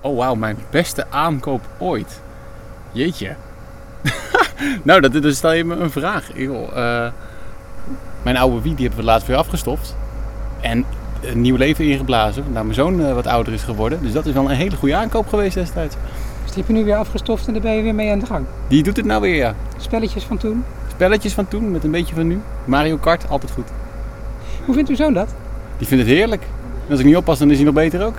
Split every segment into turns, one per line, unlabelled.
Oh wauw, mijn beste aankoop ooit. Jeetje. nou, dat, dan stel je me een vraag. Joh, eh, mijn oude wie, die hebben we laatst weer afgestoft. En een nieuw leven ingeblazen. Nadat mijn zoon eh, wat ouder is geworden. Dus dat is wel een hele goede aankoop geweest destijds.
Dus die heb je nu weer afgestoft en daar ben je weer mee aan de gang.
Die doet het nou weer, ja.
Spelletjes van toen.
Spelletjes van toen met een beetje van nu. Mario Kart, altijd goed.
Hoe vindt uw zoon dat?
Die vindt het heerlijk. En als ik niet oppas, dan is hij nog beter ook.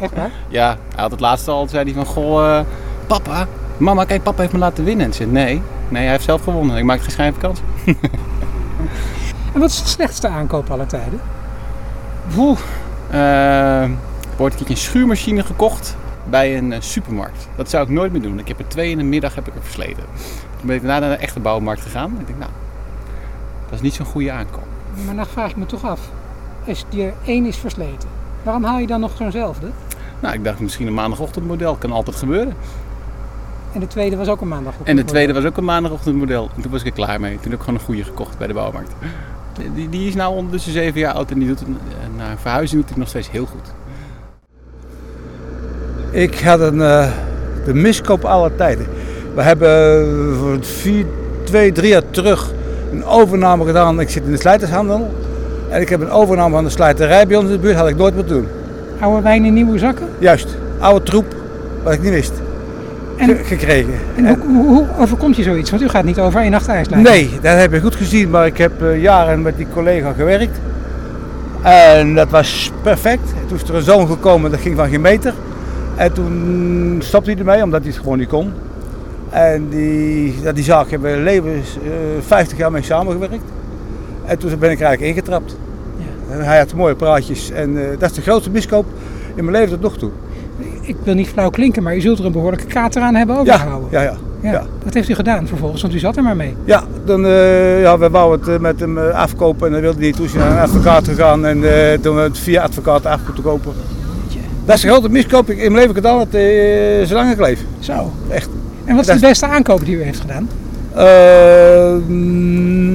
Echt waar?
Ja, hij had het laatste al, zei hij van, goh, eh, papa, mama, kijk, papa heeft me laten winnen. En ze zei, nee, nee, hij heeft zelf gewonnen. Ik maak geen schijn van kans.
En wat is de slechtste aankoop alle tijden?
Oeh, eh, word ik een schuurmachine gekocht bij een eh, supermarkt. Dat zou ik nooit meer doen. Ik heb er twee in de middag heb ik er versleten. Toen ben ik daarna naar de echte bouwmarkt gegaan. Ik denk, nou, dat is niet zo'n goede aankoop.
Maar dan vraag ik me toch af. Als die er één is versleten, waarom haal je dan nog zo'nzelfde?
Nou, ik dacht misschien een maandagochtendmodel. Kan altijd gebeuren.
En de tweede was ook een maandag.
En de tweede was ook een maandagochtendmodel. En toen was ik er klaar mee. Toen heb ik gewoon een goede gekocht bij de bouwmarkt. Die, die is nou ondertussen zeven jaar oud en die doet het, eh, na verhuizing doet hij het nog steeds heel goed.
Ik had een, eh, de miskoop alle tijden. We hebben eh, voor vier, twee, drie jaar terug een overname gedaan. Ik zit in de slijtershandel. En ik heb een overname van de slijterij bij ons in de buurt. Had ik nooit moeten doen.
Oude wijn in nieuwe zakken.
Juist, oude troep, wat ik niet wist,
En,
ge- gekregen.
en hoe, hoe, hoe overkomt je zoiets? Want u gaat niet over één nacht ijslaan.
Nee, dat heb je goed gezien, maar ik heb eh, jaren met die collega gewerkt. En dat was perfect. En Toen is er een zoon gekomen, dat ging van geen meter. En toen stopte hij ermee, omdat hij het gewoon niet kon. En die, dat die zaak hebben we levens, eh, 50 jaar mee samengewerkt. En toen ben ik er eigenlijk ingetrapt. En hij had mooie praatjes en eh, dat is de grootste miskoop in mijn leven tot nog toe.
Ik wil niet flauw klinken, maar u zult er een behoorlijke kater aan hebben
Ja,
overgehouden.
ja, ja. ja.
Dat heeft u gedaan vervolgens, want u zat er maar mee.
Ja, dan, eh, ja, we wouden het eh, met hem eh, afkopen en dat wilde hij niet. Toen is hij naar een advocaat gegaan en eh, toen we het via advocaat af moeten kopen. Dat is de grote miskoop ik in mijn leven gedaan, het eh zolang ik leef.
Zo.
Echt.
En wat is
Dat-
de beste aankoop die u heeft gedaan?
Eh,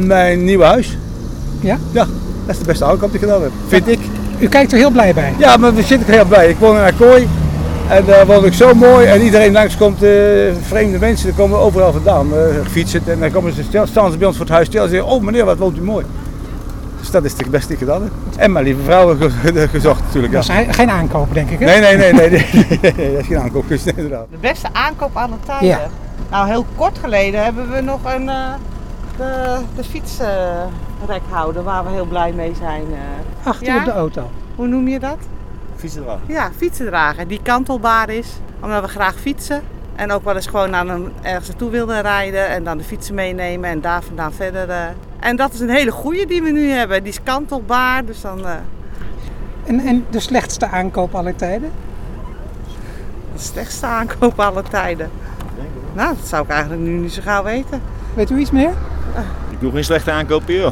mijn nieuwe huis.
Ja?
Ja, dat is de beste aankoop die ik gedaan heb, vind ik.
U kijkt er heel blij bij.
Ja, maar daar zit ik heel blij. Ik woon in Akkooi en daar woon ik zo mooi. En iedereen langskomt, eh vreemde mensen, die komen overal vandaan. eh fietsen en dan komen ze stil, staan ze bij ons voor het huis stil en zeggen, oh meneer, wat woont u mooi. Dus dat is het beste die ik gedaan heb. En mijn lieve vrouw eh, ge- gezocht natuurlijk. Ja.
Dat is he- geen aankoop, denk ik. Hè?
Nee, nee, nee, nee, nee, nee, nee, nee, dat is geen aankoop. Dus, nee, inderdaad.
De beste aankoop alle tijden.
Ja.
Nou, heel kort geleden hebben we nog een, eh, de, de fietsrekhouder waar we heel blij mee zijn. eh.
Achter
Ja?
op de auto.
Hoe noem je dat? Ja, fietsendrager. Die kantelbaar is, omdat we graag fietsen. En ook wel eens gewoon naar een, ergens naartoe wilden rijden en dan de fietsen meenemen en daar vandaan verder. eh. En dat is een hele goeie die we nu hebben. Die is kantelbaar, dus dan... eh,
En, en de slechtste aankoop aller tijden?
de slechtste aankoop alle tijden. Nou, dat zou ik eigenlijk nu niet zo gauw weten.
Weet u iets meer?
Ik doe geen slechte aankoop joh.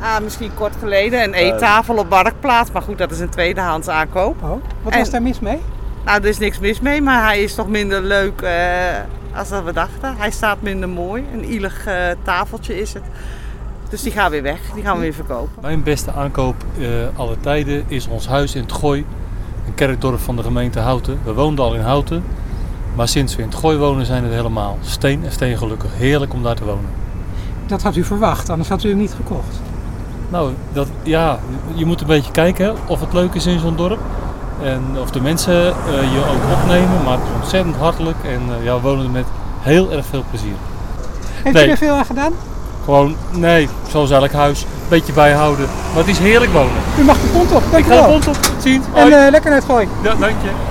Ah, misschien kort geleden een eettafel op Marktplaats. Maar goed, dat is een tweedehands aankoop.
Oh, wat
En-
was daar mis mee?
Nou, er is niks mis mee, maar hij is toch minder leuk eh, als dat we dachten. Hij staat minder mooi. Een ielig eh, tafeltje is het. Dus die gaan weer weg. Die gaan we weer verkopen.
Mijn beste aankoop eh alle tijden is ons huis in het Gooi, een kerkdorp van de gemeente Houten. We woonden al in Houten, maar sinds we in het Gooi wonen zijn het helemaal steen en steen gelukkig. Heerlijk om daar te wonen.
Dat had u verwacht, anders had u hem niet gekocht.
Nou, dat, ja, je moet een beetje kijken hè, of het leuk is in zo'n dorp. En of de mensen eh, je ook opnemen, maar het is ontzettend hartelijk en eh, ja, we wonen er met heel erg veel plezier.
Heeft u
Nee.
er veel aan gedaan?
Gewoon, nee, zoals elk huis, een beetje bijhouden. Maar het is heerlijk wonen.
U mag de pont op,
Ik ga de
dankjewel.
kont op, tot ziens.
En
Hoi.
eh, lekker naar het gooien.
Ja, dank je.